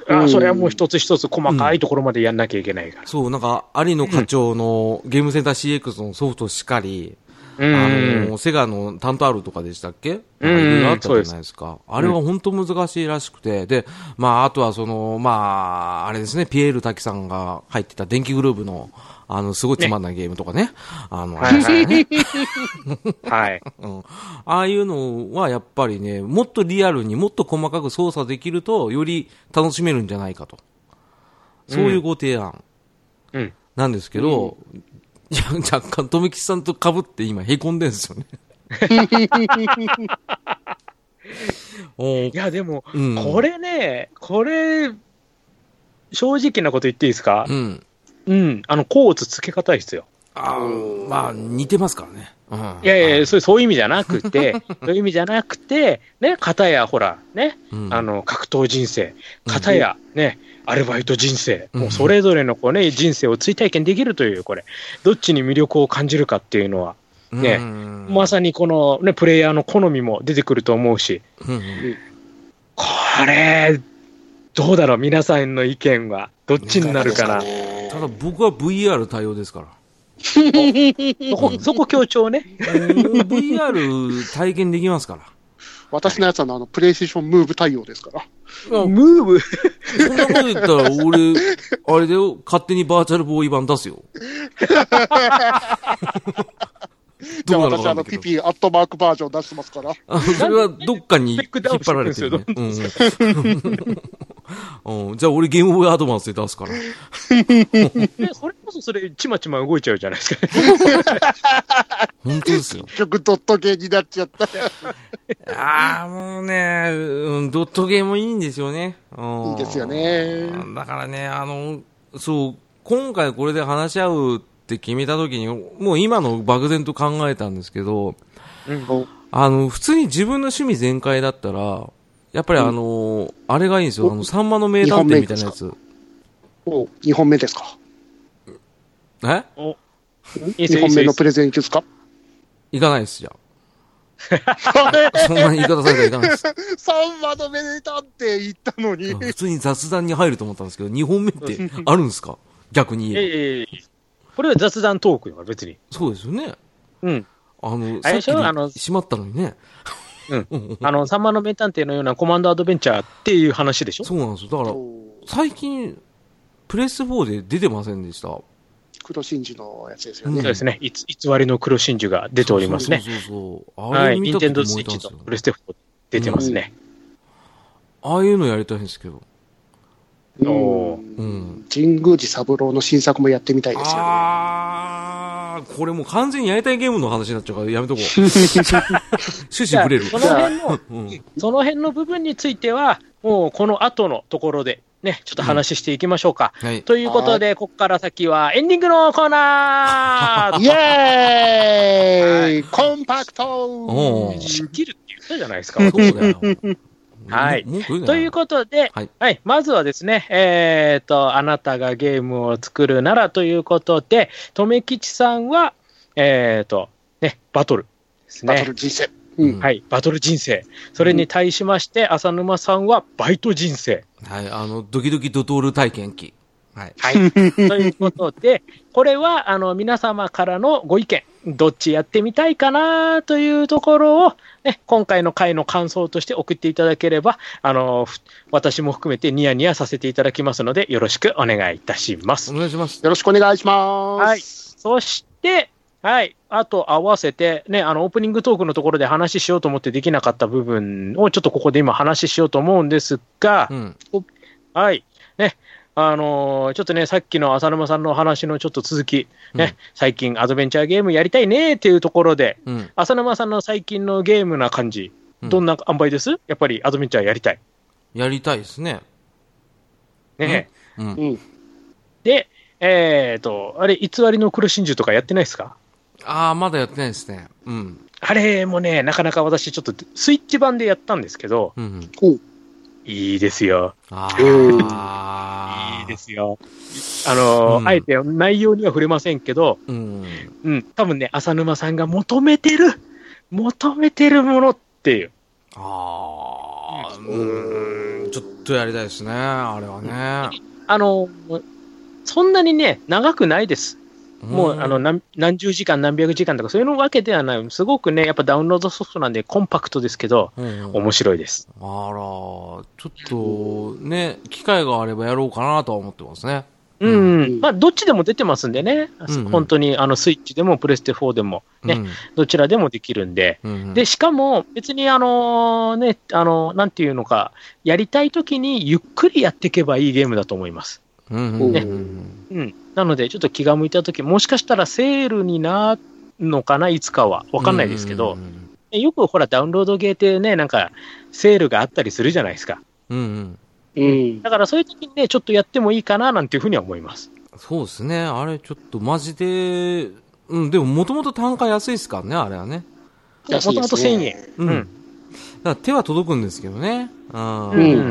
A: りがとうございます
C: あそれはもう一つ一つ細かいところまでやんなきゃいけないから。
B: そう、なんか、有野課長のゲームセンター CX のソフトしかり、
C: う
B: あ
C: ん。
B: の、セガのタントアールとかでしたっけなんか
C: うん
B: いろいろあったじゃないですか。あれは本当難しいらしくて、で、まあ、あとはその、まあ、あれですね、ピエール滝さんが入ってた電気グループの、あの、すごいつまんないゲームとかね。あの、ありましたよね。
C: はい。
B: うん、ああいうのはやっぱりね、もっとリアルにもっと細かく操作できると、より楽しめるんじゃないかと。そういうご提案
C: うん。
B: なんですけど、いや若干、とめきさんと被って今、へこんでるんですよね。お
C: いや、でも、
B: うん
C: これね、これ、正直なこと言っていいですか
B: うん。
C: うん、あの、甲乙つけ方ですよ。
B: あーまあ、似てますからね。うん、
C: いやいや、そうそういう意味じゃな くて、そういう意味じゃなくて、ね、片やほら、ね、
B: うん
C: あの、格闘人生、片や、ね、アルバイト人生、
B: うん
C: もうそれぞれのこうね、人生を追体験できるという、これ、どっちに魅力を感じるかっていうのは、ね
B: うん
C: まさにこのね、プレイヤーの好みも出てくると思うし、
B: うんうん
C: これ、どうだろう、皆さんの意見は、どっちになるかな。
B: ただ、僕は VR 対応です から。
C: そこ、そこ強調ね。
B: うん VR 体験できますから。
A: 私のやつはあの、プレイステーションムーブ対応ですから。
B: そん
C: ムーブ
B: なこと言ったら、俺、あれだよ、勝手にバーチャルボーイ版出す よ。
A: じゃあ
B: どう
A: 私
B: なるか
A: あ
B: わかんな
A: の、
B: いけ
A: ピ
B: ど
A: ピアットマークバージョン出してますから。
B: あそれはどっかに引っ張られてるね。うん うんじゃあ俺ゲームオブアドバンスで出すから。
C: ねそれこそそれ、ちまちま動いちゃうじゃないですか。
B: 本当ですよ。
A: 結局ドットゲーになっちゃった。
B: ああ、もうね、うんドットゲーもいいんですよね。うん
A: いいですよね。
B: だからね、あの、そう、今回これで話し合うって決めた時に、もう今の漠然と考えたんですけど、
A: お
B: あの、普通に自分の趣味全開だったら、やっぱりあの、あれがいいんですよ。あの、サンマの名探偵みたいなやつ。
A: お2本目ですか。
B: え
C: いいっ
A: 2
C: すよいいっ
A: 本目
C: すよいいっ
A: の
C: す
A: プ
C: よ
A: レゼンいくつか。
B: 行かないです、じゃあ。そんな言い方されたら行かないです。
A: サンマのめでたって言ったのに。
B: 普通に雑談に入ると思ったんですけど、2本目ってあるんですか逆に
C: い
B: 言
C: や
B: えば
C: いやいやいやこれは雑談トークだから、別に。
B: そうですよね。
C: うん。
B: あの、
C: あ
B: さ
C: れ
B: っ
C: で
B: き
C: しょあの
B: で閉まったのにね。
C: あの、サンマの名探偵のようなコマンドアドベンチャーっていう話でしょ
B: そうなんですよ。だから、
A: お
B: 最近、プレス4で出てませんでした。
A: 黒真珠のやつですよ
B: う
C: そ
A: ね
B: ん
C: う。ですね。いつ偽りの黒真珠が出ておりますね。
B: そうそうそうそう。あ
C: は
B: れ
C: い。
B: 見
C: ニン
B: た
C: テ
B: く
C: ン
B: て
C: ド
B: 思
C: ースイ
B: い
C: ッ
B: たん
C: チ
B: です
C: と
B: よ。
C: プレステ4出てますね。
B: ああいうのやりたいんですけど。
A: うん
C: お
B: うん
A: 神宮寺三郎の新作もやってみたいですよね。
B: あー、これもう完全にやりたいゲームの話になっちゃうからやめとこう。趣
C: じ
B: 旨
C: ゃあ
B: ぶれる。
C: その辺の、
B: うん
C: その辺の部分については、もうこの後のところで、ね、ちょっと話していきましょうか。
B: はい。
C: ということで、ここから先はエンディングのコーナ ー
A: イエーイコンパク
B: お
A: ト
B: ー
C: 仕切るって言ったじゃないですか。
B: そうだよ。
C: はい
B: も文句言うなよ
C: ということで、は
B: はいい、
C: まずはですね、えっ、と、あなたがゲームを作るならということで、とめきちさんは、えっ、と、ね、バトルです
A: バト
C: ね。
A: ル人生。
B: う
A: うん
B: んは。
C: はいい、バトル人生。それに対しまして、浅沼さんはバイト人生。
B: あの、ドキドキドトール体験記。はい。
C: はい。 ということで、これは、あの、皆様からのご意見、どっちやってみたいかなというところを、ね、今回の回の感想として送っていただければ、あの、ふ私も含めてニヤニヤさせていただきますので、よろしくお願いいたしま
B: お
C: す。
B: 願いします。
A: よろしくお願いします。
C: そして、はい。あと、合わせて、ね、あの、オープニングトークのところで話しようと思ってできなかった部分を、ちょっとここで今話しようと思うんですが、
B: うん。
C: はい。ね。あのーちょっとね、さっきの浅沼さんのお話のちょっと続き、ね、
B: うん
C: 最近アドベンチャーゲームやりたいねっていうところで、
B: うん。
C: 浅沼さんの最近のゲームな感じ、
B: うん
C: どんな塩梅です、やっぱりアドベンチャーやりたい。
B: やりたいですね。
C: ね。
B: うん。
A: うん。
C: で、えっ、と、あれ、偽りの黒真珠とかやってないですか
B: ああ、まだやってないですね。うん。
C: あれもね、なかなか私ちょっとスイッチ版でやったんですけど、
B: うんうん。
A: おう
C: いいですよ。
B: あ
A: うん
B: あ。
C: いいで。すよ。あのー
B: うん
C: あえて内容には触れませんけど、
B: うん。
C: うん、多分ね、浅沼さんが求めてる、求めてるものっていう。
B: ああ。うん。ちょっとやりたいですね。あれはね。
C: あのーそんなにね、長くないです。もう、
B: ん
C: あの、何何十時間、何百時間とか、そういうのわけではない。すごくね、やっぱダウンロードソフトなんで、コンパクトですけど、
B: うん
C: 面白いです。
B: あら、ちょっと、ね、機会があればやろうかなとは思ってますね。
C: う
B: うんん、
C: まあ、どっちでも出てますんでね、
B: うんうん
C: 本当に、あの、スイッチでも、プレステ4でも、ね、どちらでもできるんで、
B: うん。うんうん
C: で、、しかも、別に、あのね、あのなんていうのか、やりたいときに、ゆっくりやっていけばいいゲームだと思います。
B: うんうんうん
A: ね
B: うん
C: うん、なので、ちょっと気が向いたとき、もしかしたらセールになるのかな、いつかは、わかんないですけど、
B: うんうん
C: ねよくほら、ダウンロードゲーってね、なんか、セールがあったりするじゃないですか。
B: うんうん。
A: うん。
C: だからそういう時にね、ちょっとやってもいいかな、なんていうふうには思います。
B: そうですね。あれ、ちょっとマジで、うん、でも、もともと単価安いですからね、あれはね。
C: もともと1000円。
A: 円。
B: うん。
C: う
B: うんん、だから手は届くんですけどね。うん。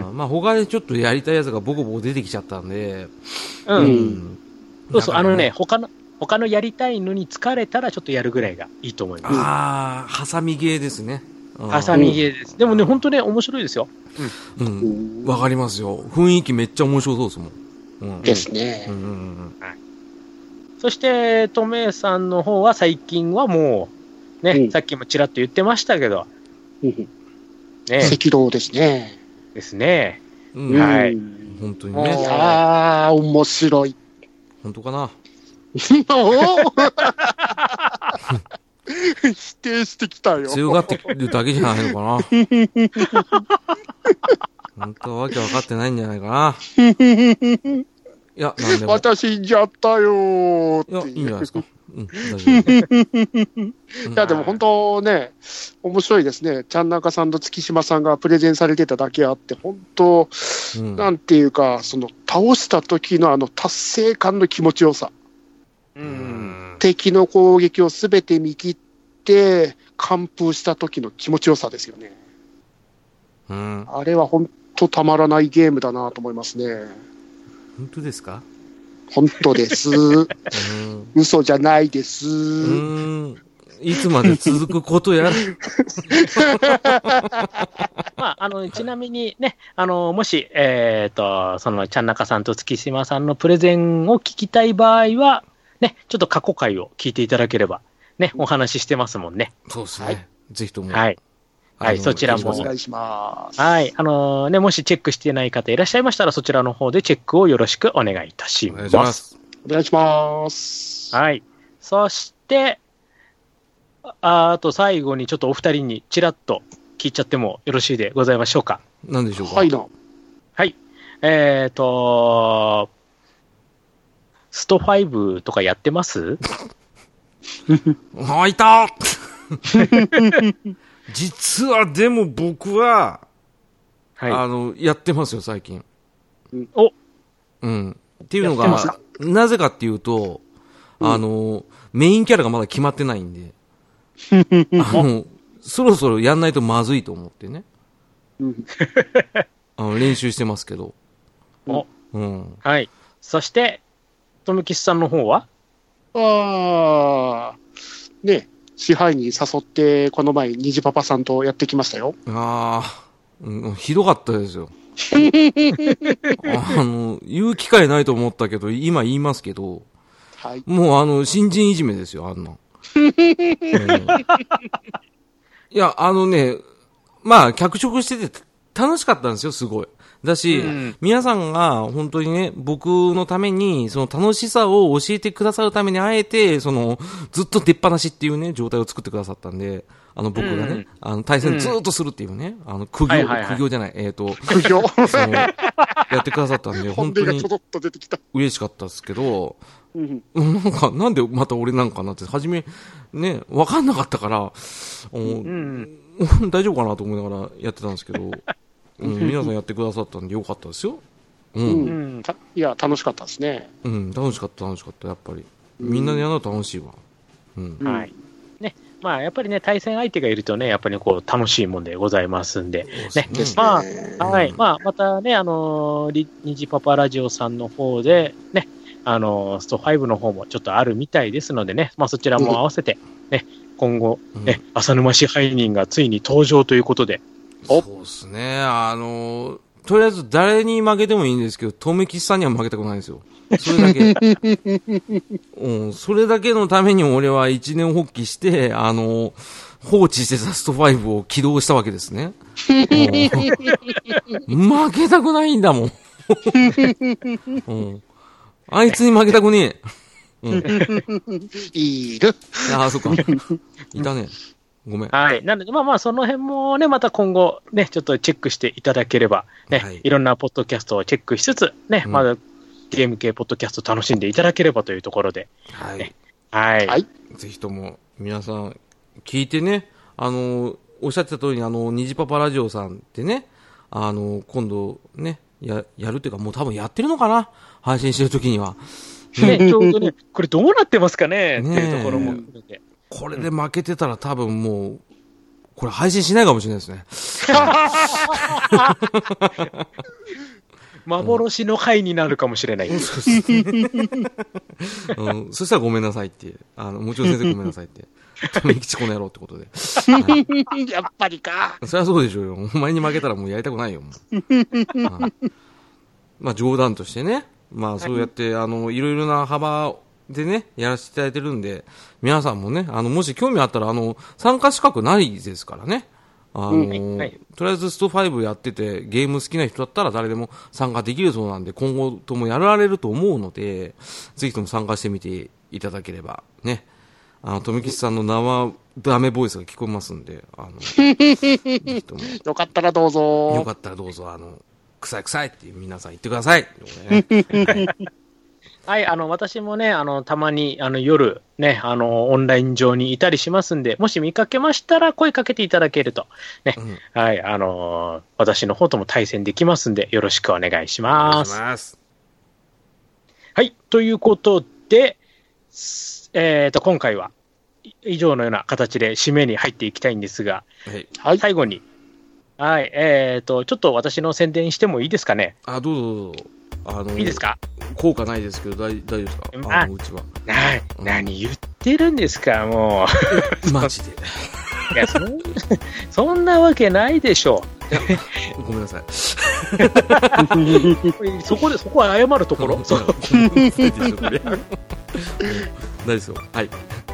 C: う
B: まあ、他でちょっとやりたいやつがボコボコ出てきちゃったんで。
C: う。
A: うんん
C: そうそう、
B: だ
C: あ
B: から
C: のね、。他の、他のやりたいのに疲れたらちょっとやるぐらいがいいと思います。
B: ああ、ハサミゲーですね。うん
C: ハサミゲーです。でもね、本当ね、面白いですよ。
B: う。
A: うんん
B: わかりますよ。雰囲気めっちゃ面白そうですもん。うん。
A: ですね
B: う。んうんうん
C: そして、トメさんの方は最近はもう、ね、
A: うん
C: さっきもちらっと言ってましたけど、
A: うん
C: ね
A: 赤道ですね。
C: ですね。
B: うん。
C: はいう
B: 本当に
A: ん。い
B: ね。
A: やー、面白 い。
B: 本当かな。
A: おー否定してきたよ。
B: 強がってるだけじゃないのか な。本当はわけ分かってないんじゃないか な。いや、なんでも。
A: 私死んじゃったよーっ
B: いや、い
A: て
B: いん
A: いう
B: じゃないですか。 うん、大丈夫。
A: いや、でも本当ね、面白いですね。ちゃんなかさんと月島さんがプレゼンされてただけあって、本当、
B: うん
A: なんていうか、その、倒した時のあの達成感の気持ちよさ。
C: う。
B: うんん。
A: 敵の攻撃をすべて見切って、完封した時の気持ちよさですよね。
B: うん。
A: あれは本当たまらないゲームだなと思いますね。
B: 本当ですか
A: 本当です。
B: うん。
A: 嘘じゃないです。
B: うーん。いつまで続くこと やら。
C: まあ、あの、ちなみにね、あの、もし、えっ、と、その、ちゃんなかさんと月島さんのプレゼンを聞きたい場合は、ね、ちょっと過去回を聞いていただければ、ね、お話ししてますもんね。
B: そうです
A: は
B: ね
A: い。
B: ぜひとも。
C: はい。
B: あの
C: はいそちら
A: よろしく
C: も
A: お願いします。
C: はい。。あのね、もしチェックしてない方いらっしゃいましたら、そちらの方でチェックをよろしくお願いいたし
B: お
C: ま
B: 願い
C: す。
B: します。
A: お願いします。
C: はい。そして、ああと最後にちょっとお二人にちらっと聞いちゃってもよろしいでございましょうか。
B: 何でしょうか
A: はいな。
C: はい。えっ、と、スト5とかやってます
B: あ、い た実はでも僕は、あ
C: は
B: の、やってますよ、最近。
A: うん
C: お
B: うん。っていうの
A: やってま
B: が、なぜかっていうと、あの、メインキャラがまだ決まってな いんで、あの、そろそろやんないとまずいと思ってね、
A: うん
B: あの、練習してますけど。
C: お
B: うん。
C: い。はい。そして、とめきちさんの方は
A: ああ、ね、支配に誘って、この前、虹パパさんとやってきましたよ。
B: ああ、うんひどかったで すよ。あの、言う機会ないと思ったけど、今言いますけど、
A: はい。
B: もうあの、新人いじめですよ、あんなん。うんいや、あのね、まあ、脚色してて楽しかったんですよ、すごい。だし、
C: うん
B: 皆さんが本当にね、僕のために、その楽しさを教えてくださるために、あえて、その、ずっと出っ放しっていうね、状態を作ってくださったんで、あの、僕がね、
C: うん
B: あの、対戦ずっとするっていうね、あの、苦行、
C: はいはいはい
B: 苦行じゃない、えっ、と、
A: 苦行。
B: その、やってくださったんで、本
A: 本音
B: 当
A: が
B: に
A: ちょろっと出てきた。
B: 嬉しかったですけど、
A: うん
B: うんなんか、なんでまた俺なんかなって、初め、ね、わかんなかったから、お
C: ん。
B: 大丈夫かなと思いながらやってたんですけど、うん、皆さんやってくださったんでよかったですよ。う、
A: うん
C: うん
A: たいや、楽しかったですね。
B: うん、楽しかった、楽しかった、やっぱり。みんなでやるの楽しいわ。うん、
A: うん
C: はい。ね。まあ、やっぱりね、対戦相手がいるとね、やっぱりこう、楽しいもんでございますんで。
B: そう
A: で
B: ですす
A: ね。
B: ね
C: まあ
B: うん
C: はい。まあ、またね、あのー、リニジパパラジオさんの方で、ね、あのー、スト5の方もちょっとあるみたいですのでね、まあ、そちらも合わせて、ね、今後、
B: うん
C: ね、浅沼支配人がついに登場ということで、
B: そうですね、あの、とりあえず誰に負けてもいいんですけど、とめきさんには負けたくないんですよ。それだけ。 うん、それだけのために俺は一年発起して、あの、放置してたスト5を起動したわけです ね。うん負けたくないんだもん。 うん、あいつに負けたくねえ。うん、
A: いる。
B: ああ、そっか。いたね。ごめん。
C: はい。なので、まあまあ、その辺もね、また今後、ね、ちょっとチェックしていただければ、ね、
B: はい
C: い、ろんなポッドキャストをチェックしつつ、ね、
B: うん
C: まだ、ゲーム系ポッドキャスト楽しんでいただければというところで、
B: はい。
C: はい。
A: はい
B: ぜひとも皆さん聞いてね、あの、おっしゃってた通りに、あの、虹パパラジオさんってね、あの、今度ね、や、やるっていうか、もう多分やってるのかな配信してる時には。
C: ね、ちょうどね、これどうなってますかねって
B: ねえ
C: いうところも含めて。
B: これで負けてたら多分もう、これ配信しないかもしれないですね。
C: 幻の回になるかもしれない。
B: うん、そしたらごめんなさいって。あの、もちろん先生ごめんなさいって。 ためきちこの野郎ってことで。はい
A: やっぱりか。
B: そりゃそうでしょうよ。お前に負けたらもうやりたくないよ、もう。 はいまあ冗談としてね。まあそうやって、あの、いろいろな幅でね、やらせていただいてるんで、皆さんもね、あの、もし興味あったら、あの、参加資格ないですからね。あの
C: うんはい
B: とりあえずスト5やってて、ゲーム好きな人だったら誰でも参加できるそうなんで、今後ともやられると思うので、ぜひとも参加してみていただければ、ね。あの、富吉さんの生ダメボイスが聞こえますんで、 あの、ぜひとも
A: よかったらどうぞ。
B: よかったらどうぞ、あの、臭い臭いって皆さん言ってく ださい。ねはい
C: はい、あの、私もね、あの、たまに、あの、夜、ね、あの、オンライン上にいたりしますんで、もし見かけましたら、声かけていただけると、ね、
B: うん
C: はい、あのー私の方とも対戦できますんで、よろしくお願いし
B: お願
C: ま
B: いし
C: す。
B: ます。
C: はい、ということで、すえっ、と、今回は、い以上のような形で締めに入っていきたいんですが、
B: はい。
A: はい。
C: 最後に、はい、えっ、と、ちょっと私の宣伝してもいいですかね
B: あ、どうぞどうぞ。あの、
C: いいですか
B: 効果ないですけど、大大丈夫ですか
C: うん
B: あの、うちは。
C: な、何言ってるんですか、も う。
B: マジで。
C: いや、そん そんなわけないでしょ
B: ごめんなさい。
C: う。そこで、そこは謝るところ。そう
B: 大丈夫ですよ。はい。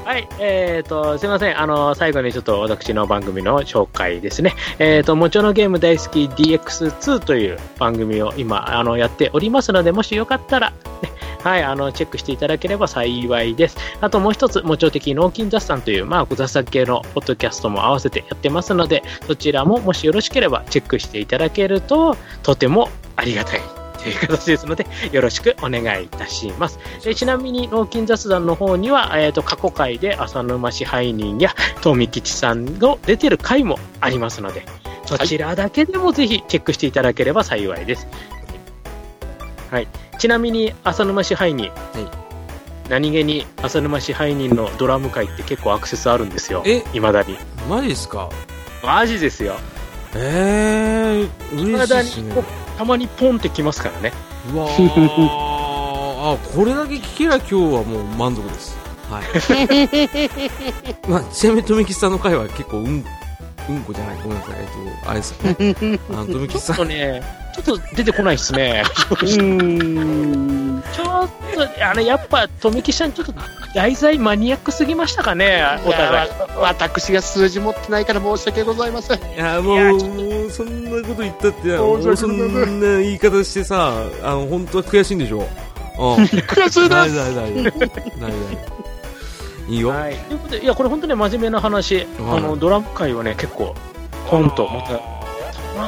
C: はい、えっ、と、すいません。あの、最後にちょっと私の番組の紹介ですね。えっ、と、もちろのゲーム大好き DX2 という番組を今、あの、やっておりますので、もしよかったら、ね、はい、あの、チェックしていただければ幸いです。あともう一つ、もちろ的脳筋雑談という、まあ、雑談系のポッドキャストも合わせてやってますので、そちらももしよろしければチェックしていただけると、とてもありがたい。という形ですので、よろしくお願いいたします。えーちなみに、脳筋雑談の方には、えー、と過去回で浅沼支配人や富吉さんの出てる回もありますので、そちらだけでもぜひチェックしていただければ幸いです。はい、ちなみに、浅沼支配人、何気に浅沼支配人のドラム回って結構アクセスあるんですよ
B: え、
C: いまだに。
B: マジですか
C: マジですよ。
B: ええー、
C: い
B: 嬉
C: ま
B: しい
C: だ
B: で
C: に
B: すね。
C: こうたまにポンってきますからね。
B: うわー。あ、これだけ聞けりゃ今日はもう満足です。はい。まあ、ちなみに富吉さんの回は結構うん、うんこじゃない。ごめんなさい。えっと、あれですよね。 あの、富
C: ち
B: 吉
C: ょ
B: さ
C: っ
B: ん
C: とね、ちょっと出てこないですね。
A: うーん。
C: ちょっと、あの、やっぱ、富木さん、ちょっと、題材マニアックすぎましたかね、お互い。
A: いやわ私が数字持ってないから申し訳ございませ ん。
B: いやもう
C: いやち
B: もうそんなこと言ったっ
A: 申
B: て
A: し訳
B: も
A: ご
B: う
A: ざ
B: そ
A: いません
B: んな言い方してさあの本当は悔しいんでしょ うん
A: 悔しい
B: ない
A: です。
B: ないないないないいいよ、
C: はい。ということで、いや、これ本当ね、真面目な話、
B: はい
C: あの、ドラム界はね、結構、ポンと、また、た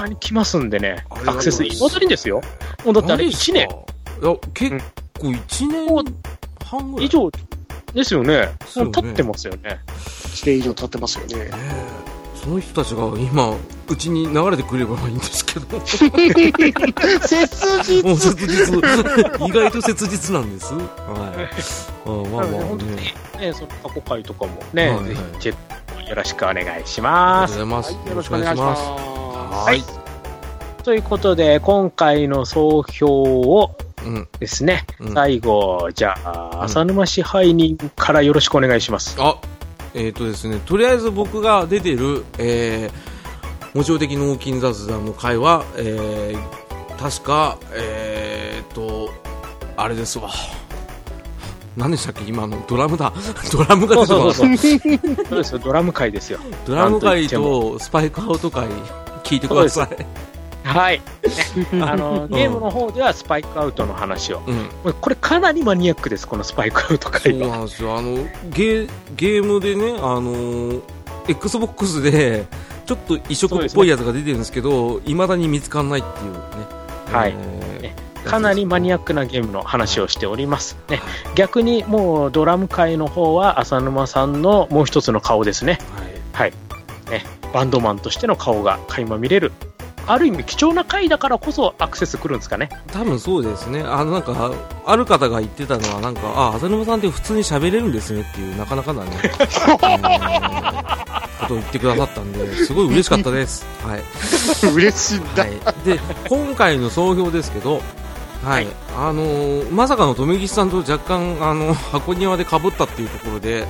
C: まに来ますんでね
B: ありが、とう
C: ア
B: ご
C: ク
B: ざいま
C: セ
B: す
C: ス、いまだにですよ。もうだってあれ、
B: マジす
C: 1
B: か
C: 年
B: いや結構1
C: もう
B: 年半ぐらい
C: 以上ですよね。
B: そう
C: も
B: ね
C: う経ってますよね。
A: 1年以上経ってますよね
B: ね。えその人たちが今うちに流れてくればいいんですけど
A: 切
B: もう
A: 実。
B: 切実意外と切実なんですはいあまあ
C: なので、
B: まあ
C: 本当に
B: ね
C: ね、その過去回とかもね、
B: はいはい
C: ぜひ、チェックよろしくお願いし
B: あ
C: ま
B: り
C: す
B: がと。うございます、
A: はい、よろしくお願いします。
B: はい
C: ということで、今回の総評を
B: うん
C: ですね、
B: うん
C: 最後、じゃ
B: ん
C: あ、浅沼支配人からよろしくお願いします。
B: あえっ、とですねとりあえず僕が出てる、えー、無償的脳筋雑談の会は、えー、確かえー、とあれですわ何でしたっけ今のドラムだ ドラムが
C: そ
B: 出
C: う
B: てこなか
C: そ
B: った
C: うそうそう。そうですよ、ドラム会ですよ。
B: ドラム会とスパイクアウト会聞いてください
C: はい。ねあ
B: う
C: の、
B: ん
C: ゲームの方ではスパイクアウトの話を。
B: うん
C: これかなりマニアックです、このスパイクアウト
B: そう
C: 会は。
B: なんですよあのゲーゲームでね、あのー XBOX でちょっと異色っぽいやつが出てるんですけどいま、未だに見つからないっていうね、
C: はい
B: えー
C: かなりマニ
B: や
C: アックなゲームの話をしております。ね、逆にもうドラム会の方は浅沼さんのもう一つの顔です
B: つ
C: ね。
B: ですはい
C: ね、バンドマンとしての顔が垣間見れる。ある意味貴重な回だからこそアクセス来るんですかね。
B: 多分そうですねあのなんかある方が言ってたのはなんかあ浅沼さんって普通に喋れるんですねっていうなかなか なね、えーことを言ってくださったんですごい嬉しかったですはい
A: 嬉しいんだ。
B: はい、で今回の総評ですけど、はい
C: はい
B: あのーまさかの留吉さんと若干、あの箱庭でかぶったっていうところで、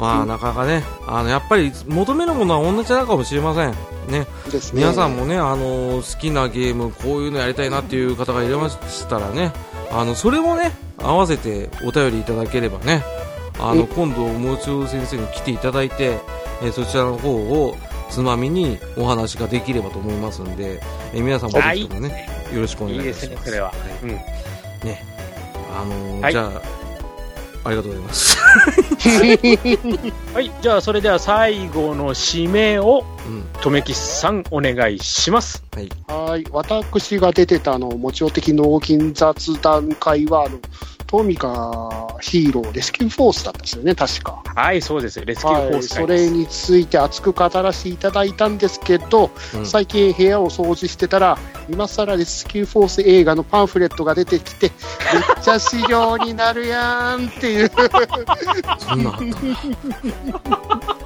B: まあ、なかなかねあのやっぱり求めるものは同じなのかもしれません。ね、
A: ですね
B: 皆さんもね、あのー好きなゲームこういうのやりたいなっていう方がいらっしゃったらねあのそれもね合わせてお便りいただければねあ
A: う
B: の今度、もう中先生に来ていただいて、えーそちらの方を、つまみにお話ができればと思いますんで、えー皆さんもぜひともね、よろしくお願い
C: いい
B: いた
C: で
B: します。
C: すね、それは。うん。
B: ね。あのー
C: はい
B: じゃあ、ありがとうございます。
C: はい、じゃあ、それでは最後の指名を、
B: うん。
C: とめきさん、お願いします。
B: はい。
A: はい私が出てたあの、もちろ的脳筋雑談会は、あのトミカヒーローレスキューフォースだったんですよね、確か。
C: はい、そうです。レスキューフォー
A: は
C: ス会
A: い、そ
C: で
A: れ
C: す
A: について熱く語らせていただいたんですけど、
B: うん
A: 最近部屋を掃除してたら今更レスキューフォース映画のパンフレットが出てきてめっちゃ資料になるやんっていう
B: そんなんあったんだ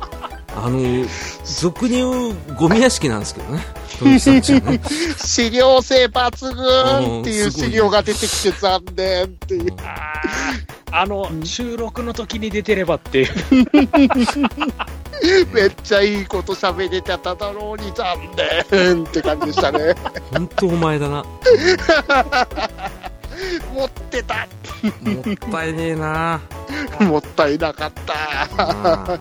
B: あの、俗に言うゴミ屋敷なんですけどね。トミさんちはね。
A: 資料性抜群ってい
B: うん
A: う
B: すごい
A: 資料が出てきて残念っていううん
C: あーあの、収録の時に出てればっていう。
A: めっちゃいいこと喋れてただろうに残念って感じでした ね
B: 本当お前だな。
A: 持ってた
B: もったいねえな。
A: もったいなかった
B: ああしょうがねえな。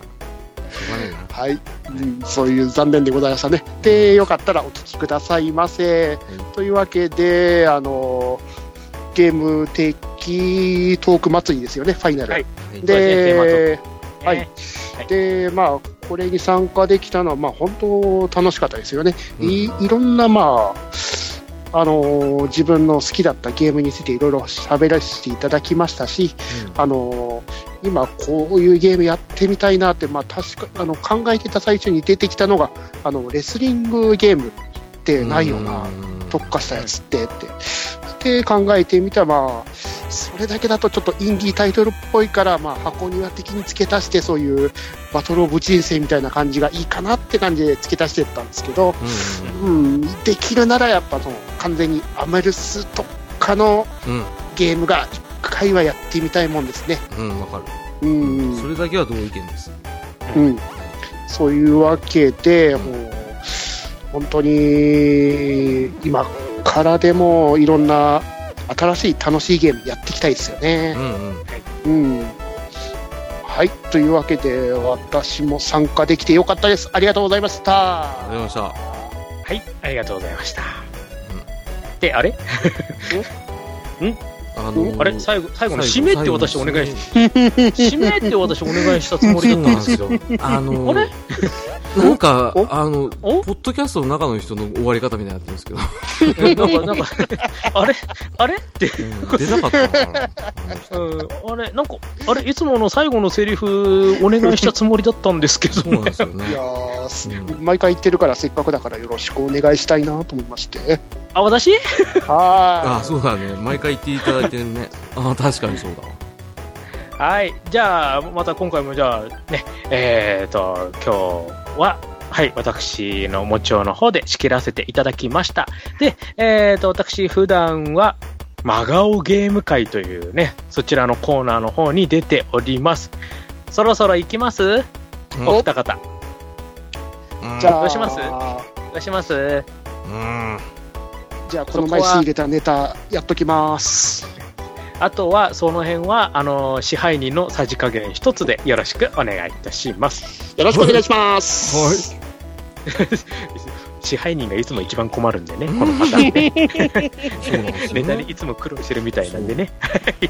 A: はい、うん、そういう残念でございましたね。で、よかったらお聞きくださいませ。というわけで、あのゲーム的トーク祭りですよね、ファイナル。
C: はい
B: はい
C: そうですね
A: で、は
C: ね
A: い、で、まあ、これに参加できたのは、まあ、本当楽しかったですよね。いいろんな、まあ、あの自分の好きだったゲームについていろいろ喋らせていただきましたし、あのー今こういうゲームやってみたいなって、まあ、確かあの考えてた最中に出てきたのがあのレスリングゲームってないよな、特化したやつってってで考えてみたら、まあ、それだけだとちょっとインディータイトルっぽいから、まあ、箱庭的に付け足してそういうバトル・オブ・人生みたいな感じがいいかなって感じで付け足してったんですけど、
B: う
A: うん、できるならやっぱその完全にアメルス特化の
B: んうん
A: ゲームが一回はやってみたいもんですね。
B: うんうんわかる
A: うん
B: それだけは同意見です
A: うん、そういうわけで、もう本当に今からでもいろんな新しい楽しいゲームやっていきたいですよ
B: う
A: ね。
B: んうん
A: うん、はいというわけで私も参加できてよかったです。ありがとうございました。
B: ありがとうございまし
C: はい、ありがとうございました。で、あれ
B: たあのー
C: あれ最後、最後の締
B: 最
C: めって私お願いし締めって私お願いしたつもり
B: 最後
C: だっ
B: の締
C: たんで
B: め
C: すよ。
B: そうなんですよあの
C: あれ
B: ーなんか
A: お
B: あの
C: お
B: ポッドキャストの中の人の終わり方みたいになってるんです けど
C: なんか、なんか、あれあれって、
B: うん出なかったのかな
C: うん、あれなんか、あれいつもの最後のセリフお願いしたつもりだったんですけ
B: そうな
C: ど
B: ん、ですよ
A: いや
B: ね
A: ーす
B: うん
A: 毎回言ってるからせっかくだからよろしくお願いしたいなと思いまして。
C: あ、私
B: あ
A: は
B: そうだね毎回言っていただいてるねあ確かにそうだわ
C: はい、じゃあ、また今回もじゃあ、ね、えっ、と、今日は、はい、私のもちの方で仕切らせていただきました。で、えっ、と、私、普段は、真顔ゲーム会というね、そちらのコーナーの方に出ております。そろそろ行きます
B: うん
C: お二方。
A: い。じゃあ
C: どうしますお願いします。
B: うん
A: じゃあこの前仕入れたネタやっときます。
C: あとは、その辺は、あの、支配人のさじ加減一つでよろしくお願いいたします。
A: よろしくお願いします。
C: 支配人がいつも一番困るんでね、このパターンね。
B: そうなんですよ
C: ネ
B: ね
C: タにいつも苦労してるみたいなんでね。はい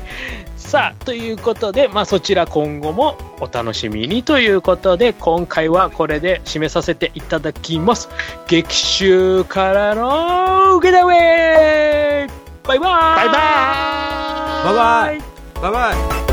C: さあ、ということで、まあ、そちら今後もお楽しみにということで、今回はこれで締めさせていただきます。激臭からのゲタウェイバイバー
A: 拜
C: イ
A: 拜。
B: バイバイバイバイ